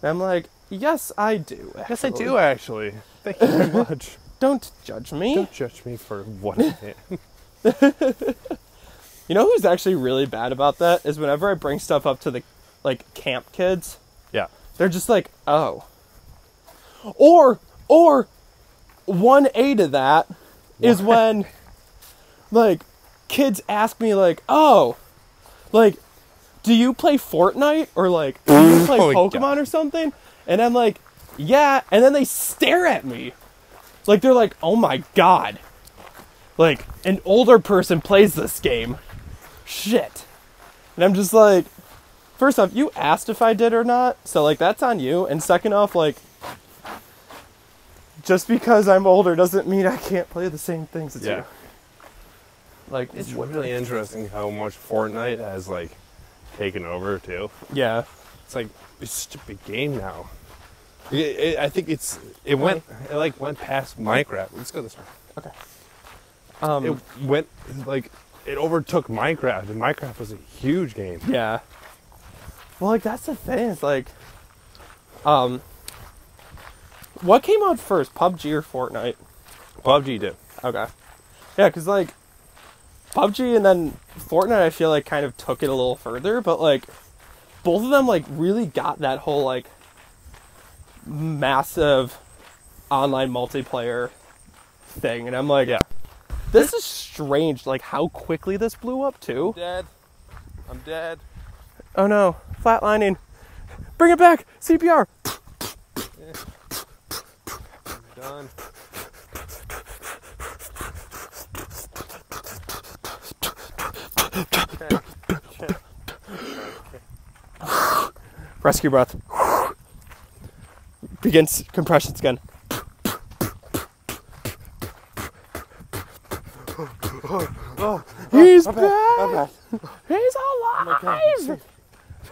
And I'm like, "Yes, I do.
Yes, I
actually.
do actually. Thank you very much.
Don't judge me.
Don't judge me for what I am.
You know who's actually really bad about that is whenever I bring stuff up to the like camp kids,
Yeah.
they're just like, "Oh," or or one A to that is when like kids ask me like, "Oh, like." Do you play Fortnite or like do you play
Oh, yeah.
Pokemon or something? And I'm like, yeah. And then they stare at me, like they're like, oh my god, like an older person plays this game, shit. And I'm just like, first off, you asked if I did or not, so like that's on you. And second off, like, just because I'm older doesn't mean I can't play the same things as
Yeah.
you. Like
It's really interesting how much Fortnite has like taken over too.
yeah,
It's like it's stupid game now. It, it, I think it's it went it like went past Minecraft. Let's go this way.
okay. Um,
It went like it overtook Minecraft, and Minecraft was a huge game.
Yeah. Well, like that's the thing. It's like, um, what came out first, PUBG or Fortnite?
PUBG did.
Okay. Yeah, because like, PUBG and then Fortnite, I feel like kind of took it a little further, but like, both of them like really got that whole like massive online multiplayer thing, and I'm like,
Yeah.
this is strange. Like how quickly this blew up too.
dead. I'm dead.
Oh no, flatlining. Bring it back, CPR.
Done.
Rescue breath. Begins compressions again. He's back. He's alive.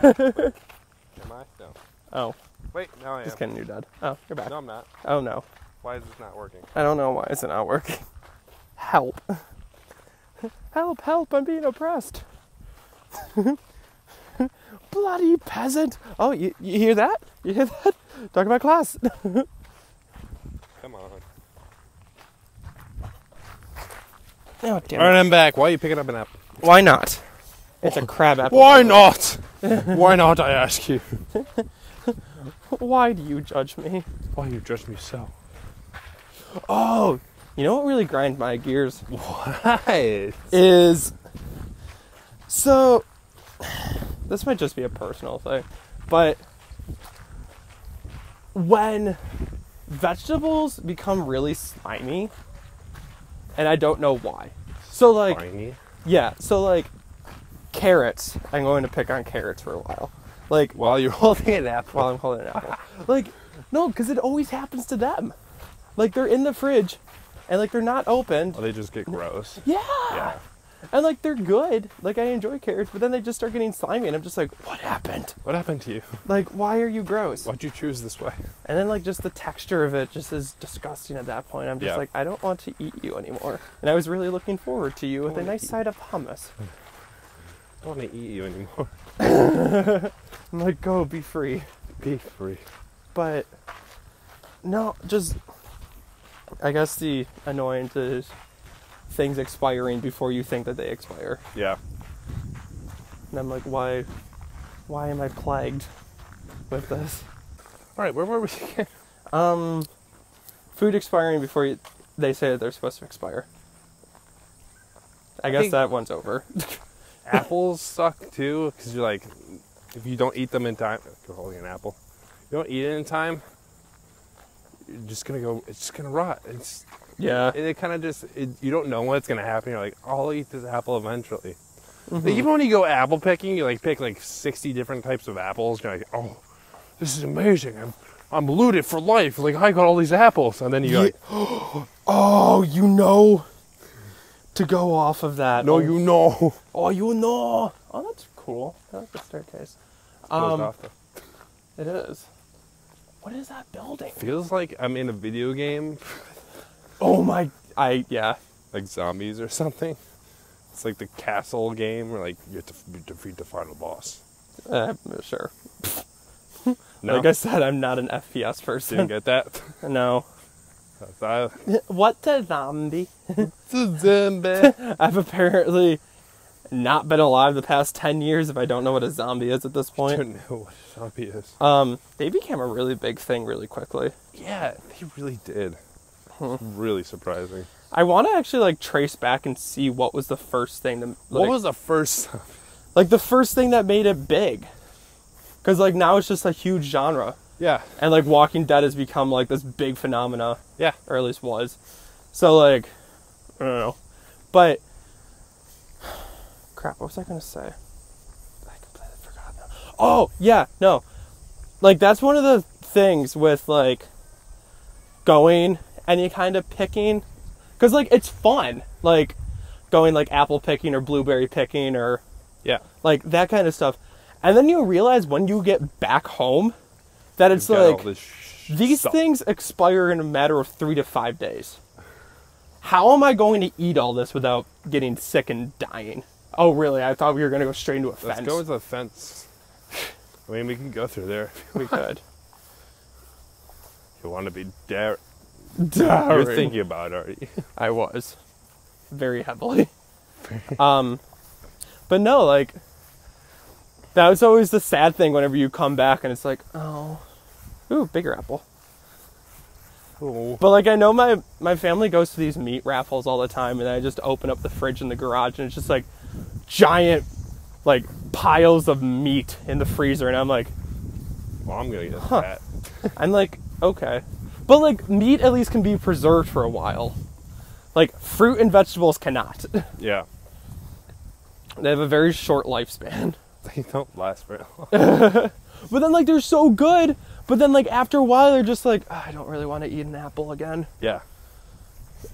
Am I? No.
Oh,
Wait, now I am.
just kidding, you're dead. Oh, you're back.
No, I'm not.
Oh no,
Why is this not working?
I don't know why it's not working. Help! Help! Help! I'm being oppressed. Bloody peasant! Oh, you, you hear that? You hear that? Talking about class.
Come on.
Oh, damn
All
it.
right, I'm back. Why are you picking up an app?
Why not? It's a crab apple.
Why not? Why not? I ask you.
Why do you judge me?
Why you judge me so?
Oh, you know what really grinds my gears
Hi.
is so this might just be a personal thing, but when vegetables become really slimy and I don't know why. So like yeah, so like carrots. I'm going to pick on carrots for a while. Like
While you're holding an
while
apple.
I'm holding an apple. Like, no, because it always happens to them. Like they're in the fridge, and like they're not opened.
Oh, they just get gross.
Yeah.
Yeah.
And like they're good. Like I enjoy carrots, but then they just start getting slimy, and I'm just like, what happened?
What happened to you?
Like, why are you gross?
Why'd you choose this way?
And then like just the texture of it just is disgusting at that point. I'm just
Yeah.
like, I don't want to eat you anymore. And I was really looking forward to you with a nice side of hummus.
I don't want to eat you anymore.
I'm like, go be free.
Be free.
but no, just I guess the annoyance is things expiring before you think that they expire.
Yeah.
And I'm like, why why am I plagued with this?
All right, where were we?
Um food expiring before you, they say that they're supposed to expire. I, guess
think-
that one's over.
Apples suck too, because you're like, if you don't eat them in time, you're holding an apple. You don't eat it in time, you're just gonna go. It's just gonna rot. It's
yeah.
and it kind of just it, you don't know what's gonna happen. You're like, I'll eat this apple eventually.
Mm-hmm.
Like, even when you go apple picking, you like pick like 60 different types of apples. You're like, oh, this is amazing. I'm I'm looted for life. Like I got all these apples, and then you're
Ye-
like,
Oh, you know to go off of that.
no,
Oh,
you know.
Oh, you know. Oh, that's cool. I like the staircase.
Closed
Um,
off though.
It is. What is that building?
Feels like I'm in a video game,
Oh my! I yeah.
like zombies or something. It's like the castle game where like you have to f- defeat the final boss.
Uh, sure.
No,
Like I said, I'm not an FPS
didn't
person.
get that.
no.
I thought-
What a zombie!
It's a zombie.
I've apparently not been alive the past ten years if I don't know what a zombie is at this
I
point.
don't know what a zombie is.
Um, they became a really big thing really quickly.
Yeah, they really did. It's really surprising.
I want to actually like trace back and see what was the first thing that like,
what was the first?
like the first thing that made it big. Cause like now it's just a huge genre,
yeah,
and like Walking Dead has become like this big phenomena,
yeah.
or at least was. So like, I don't know, but crap, what was I gonna say? I completely forgot now. Oh yeah, no, like that's one of the things with like going any kind of picking, cause like it's fun, like going like apple picking or blueberry picking or
Yeah.
like that kind of stuff. And then you realize when you get back home that it's
You've got all
like
this sh-
these
stuff.
things expire in a matter of three to five days. How am I going to eat all this without getting sick and dying? Oh, really? I thought we were going to go straight into a
Let's
fence.
go with the fence. I mean, we can go through there.
we could.
You want to be dare?
Darn.
You're thinking about it, aren't you?
I was very heavily. um, but no, like that was always the sad thing whenever you come back and it's like, oh, ooh, bigger apple.
Oh,
But like I know my my family goes to these meat raffles all the time, and I just open up the fridge in the garage, and it's just like giant like piles of meat in the freezer, and I'm like,
Well, I'm gonna get that.
I'm like, okay, but like meat at least can be preserved for a while. Like fruit and vegetables cannot.
Yeah.
they have a very short lifespan.
They don't last very long.
But then like they're so good, but then like after a while they're just like, "Ah, I don't really want to eat an apple again.
Yeah.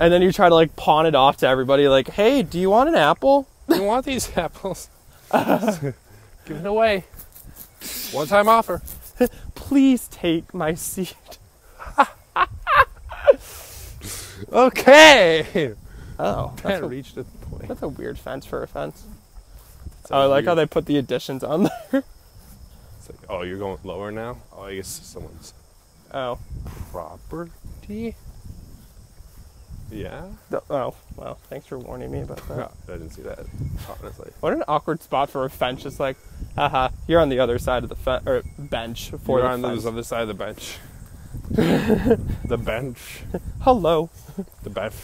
And then you try to like pawn it off to everybody, like, hey, do you want an apple?
You want these apples? Give it away. One time offer.
Please take my seed.
Okay.
Oh, that's
That
a,
reached a point.
that's a weird fence for a fence.
It's
Oh, I like
weird-
how they put the additions on there.
It's like, oh, you're going lower now. Oh, I guess someone's
Oh,
property. Yeah.
The- oh, well, thanks for warning me about that.
Yeah, I didn't see that. Honestly.
What an awkward spot for a fence. Just like, haha, you're on the other side of the fe- or bench for
You're
the
on
fence.
the other side of the bench. the bench.
Hello.
The bench.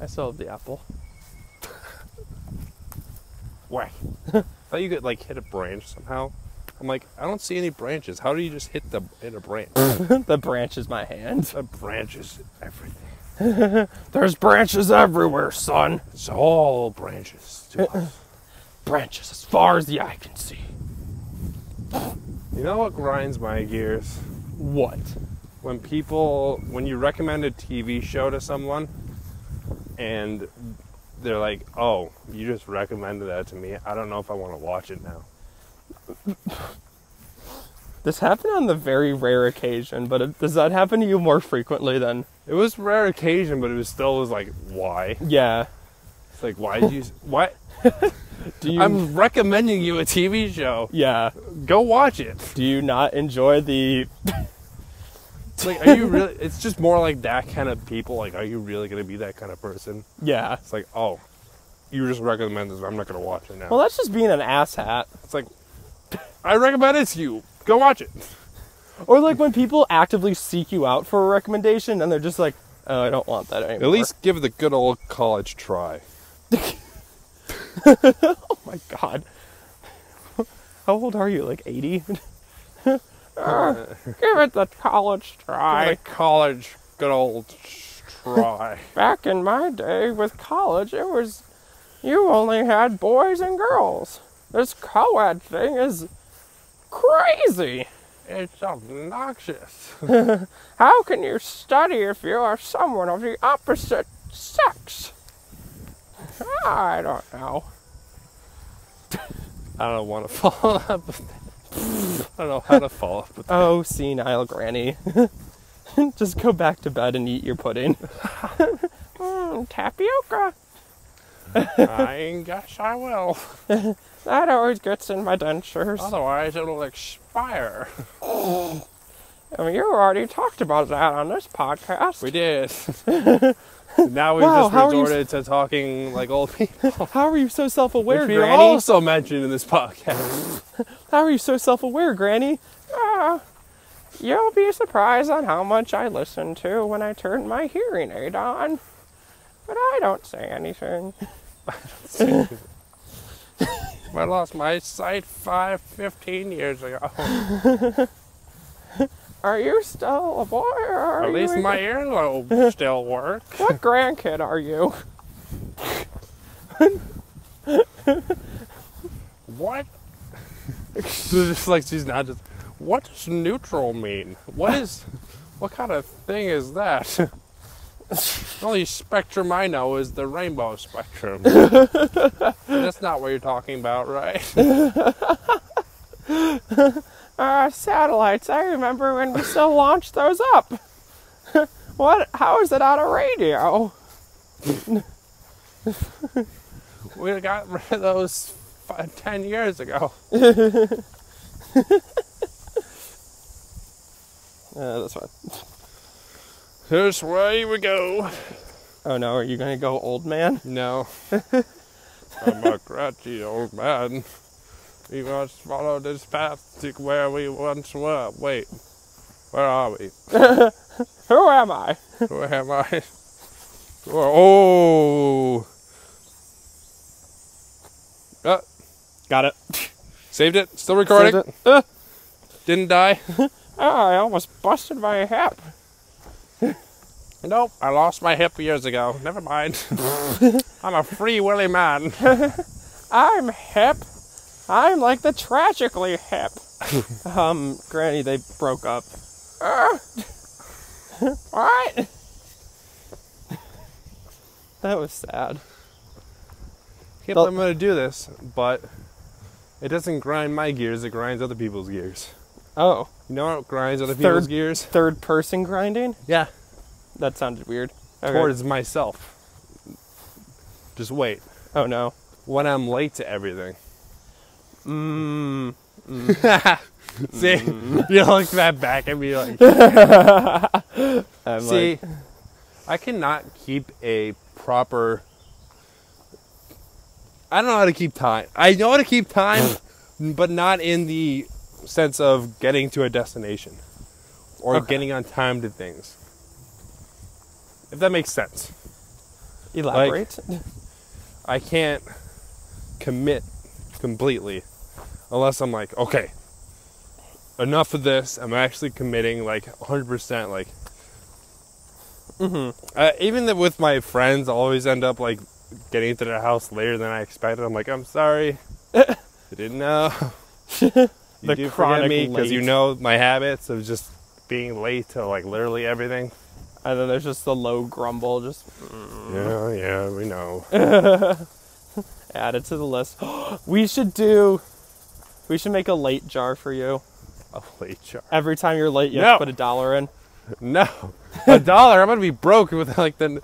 I still have the apple.
Whack. thought you could like hit a branch somehow. I'm like, I don't see any branches. How do you just hit the hit a branch?
the branch is my hand.
the branches, everything.
There's branches everywhere, son.
It's all branches to us.
Branches as far as the eye can see.
You know what grinds my gears?
What?
When people, when you recommend a TV show to someone, and they're like, "Oh, you just recommended that to me. I don't know if I want to watch it now."
This happened on the very rare occasion, but it, does that happen to you more frequently than?
It was a rare occasion, but it was still was like, "Why?"
Yeah.
It's like, "Why did you? Why?"
Do you?
I'm recommending you a TV show.
yeah.
Go watch it.
Do you not enjoy the?
It's like, are you really? It's just more like that kind of people. Like, are you really gonna be that kind of person?
Yeah.
It's like, oh, you just recommend this. I'm not gonna watch it now.
Well, that's just being an asshat.
it's like, I recommend it to you. Go watch it.
Or like when people actively seek you out for a recommendation and they're just like, "Oh, I don't want that anymore."
At least give the good old college try.
oh my god. How old are you? Like 80? Give it the college
I
try.
college good old try.
Back in my day with college, it was you only had boys and girls. This co-ed thing is crazy.
It's obnoxious.
How can you study if you are someone of the opposite sex? I don't know.
I don't want to follow up. with that. I don't know how to follow up with that.
Oh, senile granny. Just go back to bed and eat your pudding. mm, tapioca.
I guess I will.
That always gets in my dentures.
Otherwise, it'll expire.
I mean, you already talked about that on this podcast.
We did. now we've
Wow, how
just
are you s-
resorted to talking like old people.
How are you so self-aware,
Which we
Granny?
also mentioned in this podcast.
How are you so self-aware, Granny? Ah, you'll be surprised on how much I listen to when I turn my hearing aid on. But I don't say anything.
I lost my sight five, 15 years ago.
Are you still a boy or are
At least
you a-
my earlobe still works.
What grandkid are you?
What? just like she's not just. What does neutral mean? What is? what kind of thing is that? the only spectrum I know is the rainbow spectrum. That's not what you're talking about, right?
Uh, satellites. I remember when we still launched those up. what? How is it on a radio?
We got rid of those fi- ten years ago.
Uh, that's fine.
This way we go.
Oh no, are you gonna go old man?
No. I'm a grouchy old man. We must follow this path to where we once were. Wait, where are we?
Who am I?
Where am I? Oh! Uh,
Got it.
saved it. Still recording.
Uh,
Didn't die.
oh, I almost busted my hip.
nope. I lost my hip years ago. Never mind. I'm a free willy man.
I'm hip. I'm like the tragically hip. um, Granny, they broke up. Uh, what? that was sad.
Can't believe I'm gonna do this, but it doesn't grind my gears. It grinds other people's gears.
Oh,
You know what grinds other people's
Third-
gears?
third person grinding?
Yeah,
That sounded weird. Okay.
towards myself. Just wait.
Oh no.
When I'm late to everything.
Mm.
See, you look that back and be like,
I'm
see,
like,
I cannot keep a proper. I don't know how to keep time. I know how to keep time, but not in the sense of getting to a destination or
Okay.
getting on time to things. If that makes sense.
elaborate.
I can't commit completely unless I'm like, okay, enough of this. I'm actually committing like 100%. Like,
Mm-hmm.
uh, even th- with my friends, I always end up like getting to their house later than I expected. I'm like, I'm sorry, I didn't know. you
The
do forget
chronic
me because you
late.
know my habits of just being late to like literally everything.
and then there's just the low grumble just Mm-hmm.
Yeah, yeah, we know.
added to the list. we should do. We should make a late jar for you.
A late charge.
Every time you're late, you
No.
have to put a dollar in.
No, a dollar. I'm gonna be broke with like the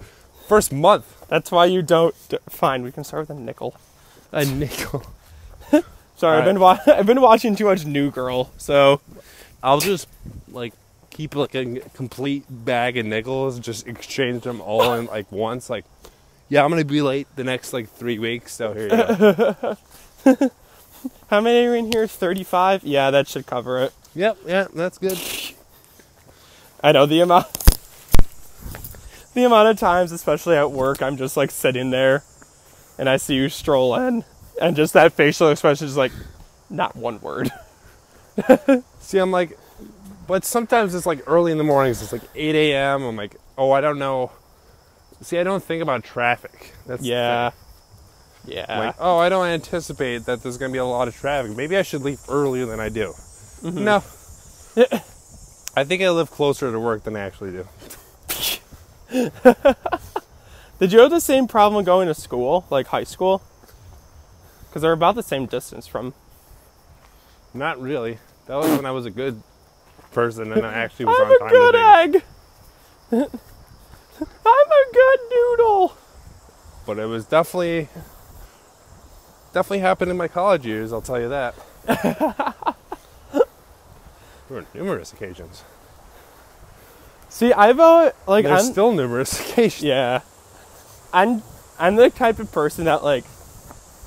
first month.
That's why you don't. d- Fine, we can start with a nickel.
A nickel.
Sorry,
Alright.
I've been wa- I've been watching too much New Girl, so
I'll just like keep like a complete bag of nickels, just exchange them all in like once. Like, yeah, I'm gonna be late the next like three weeks. So here you go.
how many are in here? Thirty-five. Yeah, that should cover it.
yep, yeah, that's good.
I know the amount. The amount of times, especially at work, I'm just like sitting there, and I see you stroll in, and just that facial expression is like, not one word.
See, I'm like, but sometimes it's like early in the mornings. It's like 8 a.m. I'm like, oh, I don't know. See, I don't think about traffic. That's the thing.
Yeah. Yeah.
Like, oh, I don't anticipate that there's going to be a lot of traffic. Maybe I should leave earlier than I do. No. Mm-hmm. I think I live closer to work than I actually do.
Did you have the same problem going to school, like high school? Because they're about the same distance from.
Not really. That was when I was a good person and I actually was
I'm
on
a
time. to
good
things.
egg. I'm a good noodle.
But it was definitely definitely happened in my college years, I'll tell you that. there were numerous occasions.
See, I've uh, like
There's
I'm
still numerous occasions.
yeah, I'm I'm the type of person that like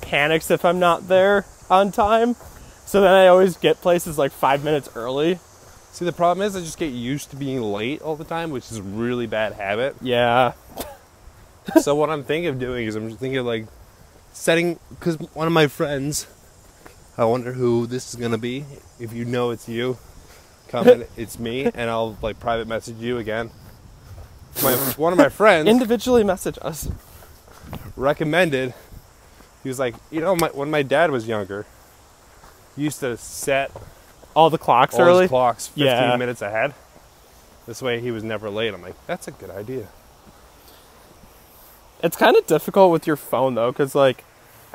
panics if I'm not there on time. So then I always get places like five minutes early.
See the problem is I just get used to being late all the time, which is a really bad habit.
Yeah,
so what I'm thinking of doing is I'm just thinking of like setting because one of my friends, I wonder who this is gonna be. If you know it's you, comment it's me, and I'll like private message you again. My one of my friends
individually message us.
recommended. He was like, you know, my, when my dad was younger, he used to set
All the clocks
all
early.
his clocks 15
Yeah.
minutes ahead. This way, he was never late. I'm like, that's a good idea.
It's kind of difficult with your phone though, because like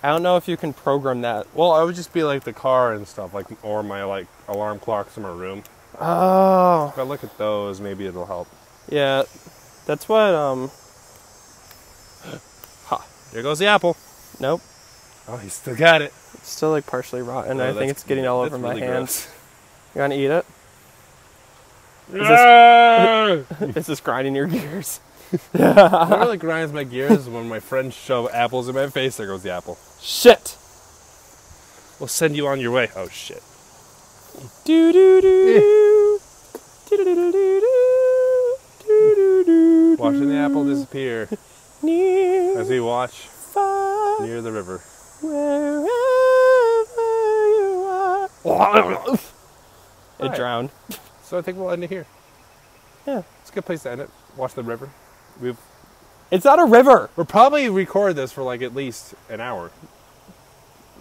I don't know if you can program that.
Well, I would just be like the car and stuff, like or my like alarm clocks in my room.
Oh,
If I look at those, maybe it'll help.
yeah, that's what. Um,
There goes the apple.
nope,
Oh, he still got it.
it's still like partially rotten.
Oh,
I think
that's-
it's getting all
that's
over my
really
hands.
gross.
You gonna eat it?
No!
It's just grinding your gears.
what really grinds my gears is when my friends shove apples in my face. There goes the apple.
Shit.
We'll send you on your way. Oh shit.
Do do do. Do do do do. Do do do.
Watching the apple disappear
Near
as we watch
far,
near the river.
wherever you are. It
Alright.
drowned.
So I think we'll end it here.
Yeah.
It's a good place to end it. Watch the river. We've
It's not a river.
we'll probably record this for like at least an hour.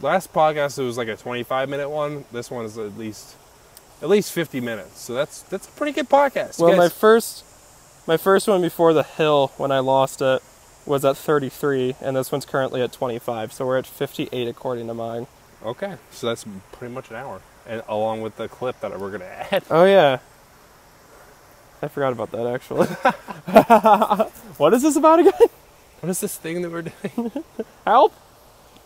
Last podcast it was like a 25 minute one. This one is at least at least 50 minutes. So that's that's a pretty good podcast.
Well, my
guys.
first, my first one before the hill when I lost it was at 33, and this one's currently at 25. So we're at 58 according to mine.
Okay, so that's pretty much an hour, and along with the clip that we're gonna add.
Oh yeah. I forgot about that actually. what is this about again?
What is this thing that we're doing?
Help!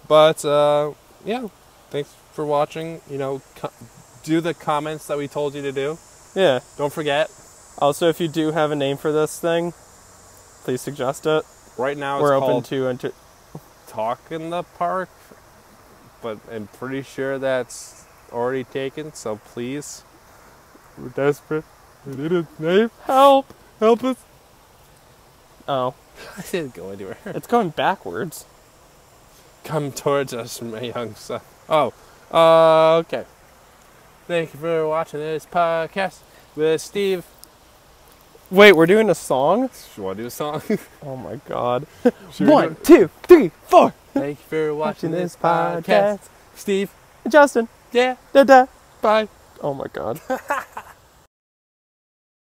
But uh, yeah, thanks for watching. You know, co- do the comments that we told you to do.
Yeah.
Don't forget.
Also, if you do have a name for this thing, please suggest it.
Right now it's
We're open
called
to inter-
Talk in the Park, but I'm pretty sure that's already taken. So please, we're desperate. We need a name.
help.
Help us.
Oh,
I didn't go anywhere.
it's going backwards.
Come towards us, my young son. Oh, uh, okay. Thank you for watching this podcast with Steve.
Wait, we're doing a song.
You want to do a song?
Oh my god.
we do
One,
it?
two, three, four.
Thank you for watching
this
this podcast,
podcast.
Steve.
Justin.
Yeah,
Da da.
bye.
Oh my god.